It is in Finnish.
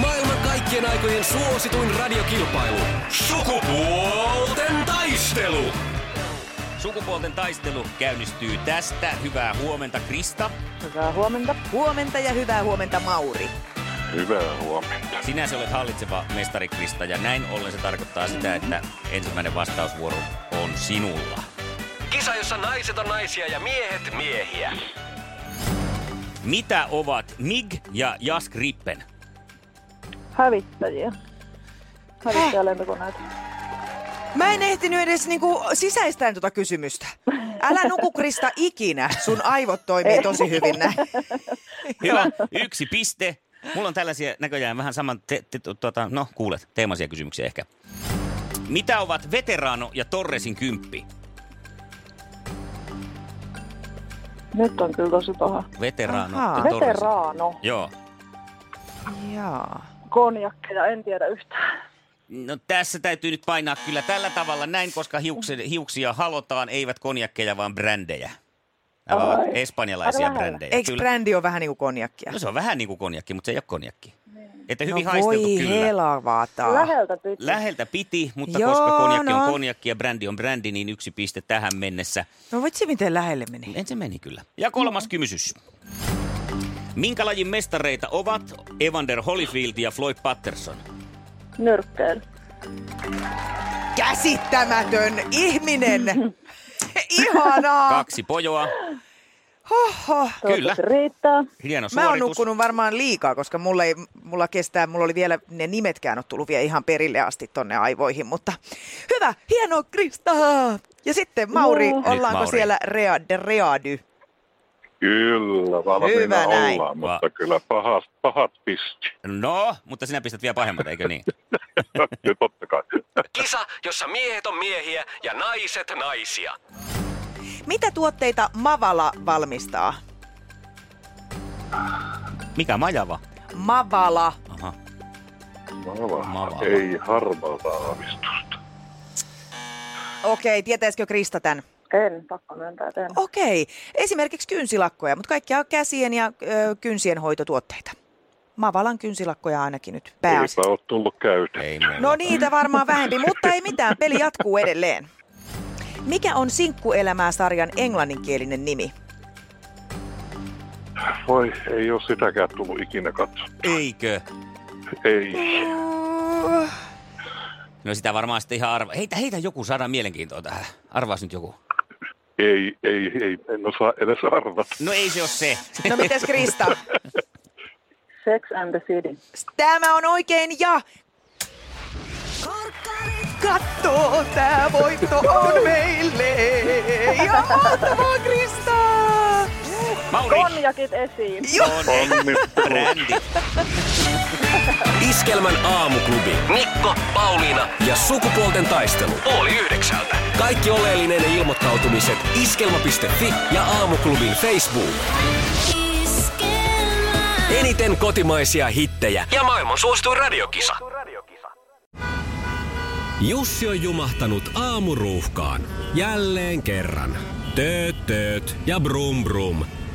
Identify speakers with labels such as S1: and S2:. S1: Maailman kaikkien aikojen suosituin radiokilpailu. Sukupuolten taistelu.
S2: Sukupuolten taistelu käynnistyy tästä. Hyvää huomenta Krista.
S3: Hyvää huomenta.
S4: Huomenta ja hyvää huomenta Mauri.
S5: Hyvää huomenta.
S2: Sinä se olet hallitseva mestari Krista ja näin ollen se tarkoittaa sitä, että ensimmäinen vastausvuoro on sinulla.
S1: Kisa, jossa naiset on naisia ja miehet miehiä.
S2: Mitä ovat MIG ja Jas Grippen?
S3: Hävittäjiä. Hävittäjä lentokoneet.
S4: Mä en ehtinyt edes niinku sisäistään tuota kysymystä. Älä nuku Krista ikinä. Sun aivot toimii tosi hyvin näin.
S2: Hyvä, yksi piste. Mulla on tällaisia näköjään vähän saman, te, te, tuota, no kuulet, teemaisia kysymyksiä ehkä. Mitä ovat veteraano ja Torresin kymppi?
S3: Nyt on kyllä tosi paha.
S2: Veteraano
S4: Ahaa.
S2: ja Torresin.
S3: Veteraano.
S2: Joo.
S4: Jaa.
S3: Konjakkeja en tiedä yhtään.
S2: No tässä täytyy nyt painaa kyllä tällä tavalla näin, koska hiukse, hiuksia halotaan, eivät konjakkeja, vaan brändejä. Nämä ovat
S3: Ai.
S2: espanjalaisia
S3: Aika lähellä.
S2: brändejä.
S4: Eikö brändi ole vähän niinku konjakkia?
S2: No se on vähän niin kuin konjakki, mutta se ei ole konjakki. Että hyvin
S4: no
S2: haisteltu
S4: voi
S2: kyllä.
S4: helavata.
S3: Läheltä piti.
S2: Läheltä piti, mutta
S4: Joo,
S2: koska konjakki on
S4: no.
S2: konjakki ja brändi on brändi, niin yksi piste tähän mennessä.
S4: No vitsi miten lähelle meni.
S2: En se meni kyllä. Ja
S4: Mm.
S2: kolmas kysymys. Minkä lajin mestareita ovat Evander Holyfield ja Floyd Patterson?
S3: Nyrkkeily.
S4: Käsittämätön ihminen. Ihanaa.
S2: Kaksi pojoa.
S4: Hoho.
S2: Kyllä.
S3: Toivottavasti riittää.
S2: Hieno
S4: Mä oon
S2: suoritus.
S4: nukkunut varmaan liikaa, koska mulla, ei, mulla kestää, mulla oli vielä, ne nimetkään on tullut vielä ihan perille asti tonne aivoihin, mutta hyvä, hieno Krista! Ja sitten Mauri,
S3: Joo.
S4: Nyt, ollaanko
S2: Mauri.
S4: siellä rea, de ready?
S5: Kyllä, valmiina
S4: Hyvä näin.
S5: ollaan, mutta kyllä pahat, pahat pisti.
S2: No, mutta sinä pistät vielä pahemmat, eikö niin?
S5: Ja totta kai.
S1: Kisa, jossa miehet on miehiä ja naiset naisia.
S4: Mitä tuotteita Mavala valmistaa?
S2: Mikä majava?
S4: Mavala.
S2: Aha.
S5: Mava.
S2: Mava.
S5: Ei harmaata aavistusta.
S4: Okei, tietäisikö Krista tämän?
S3: En, pakko myöntää, että en.
S4: Okei, esimerkiksi kynsilakkoja, mutta kaikkia on käsien ja ö, kynsien hoitotuotteita. Mavalan kynsilakkoja ainakin nyt pääasiassa.
S5: Eipä ole tullut käytetty.
S2: Ei meillä.
S4: No niitä varmaan vähempi, mutta ei mitään, peli jatkuu edelleen. Mikä on Sinkkuelämää sarjan englanninkielinen nimi?
S5: Voi, ei ole sitäkään tullut ikinä katsoa.
S2: Eikö?
S5: Ei.
S2: No sitä varmaan sitten ihan arva. Heitä, heitä joku, saadaan mielenkiintoa tähän. Arvaas nyt joku.
S5: Ei, ei, ei, en osaa edes arvata.
S2: No ei se ole se.
S4: No mites Krista?
S3: Sex and the City.
S4: Tämä on oikein ja... Katto, tää voitto on meille! Ja mahtavaa Krista!
S2: Mauri,
S3: Konjakit esiin.
S4: Joo,
S5: Onnittelu.
S2: brändi.
S1: Iskelmän aamuklubi. Mikko, Pauliina ja sukupuolten taistelu. Oli yhdeksältä. Kaikki oleellinen ilmoittautumiset iskelma.fi ja aamuklubin Facebook. Eniten kotimaisia hittejä ja maailman suosituin radiokisa. Jussi on jumahtanut aamuruuhkaan. Jälleen kerran. Tööt, tööt ja brum brum.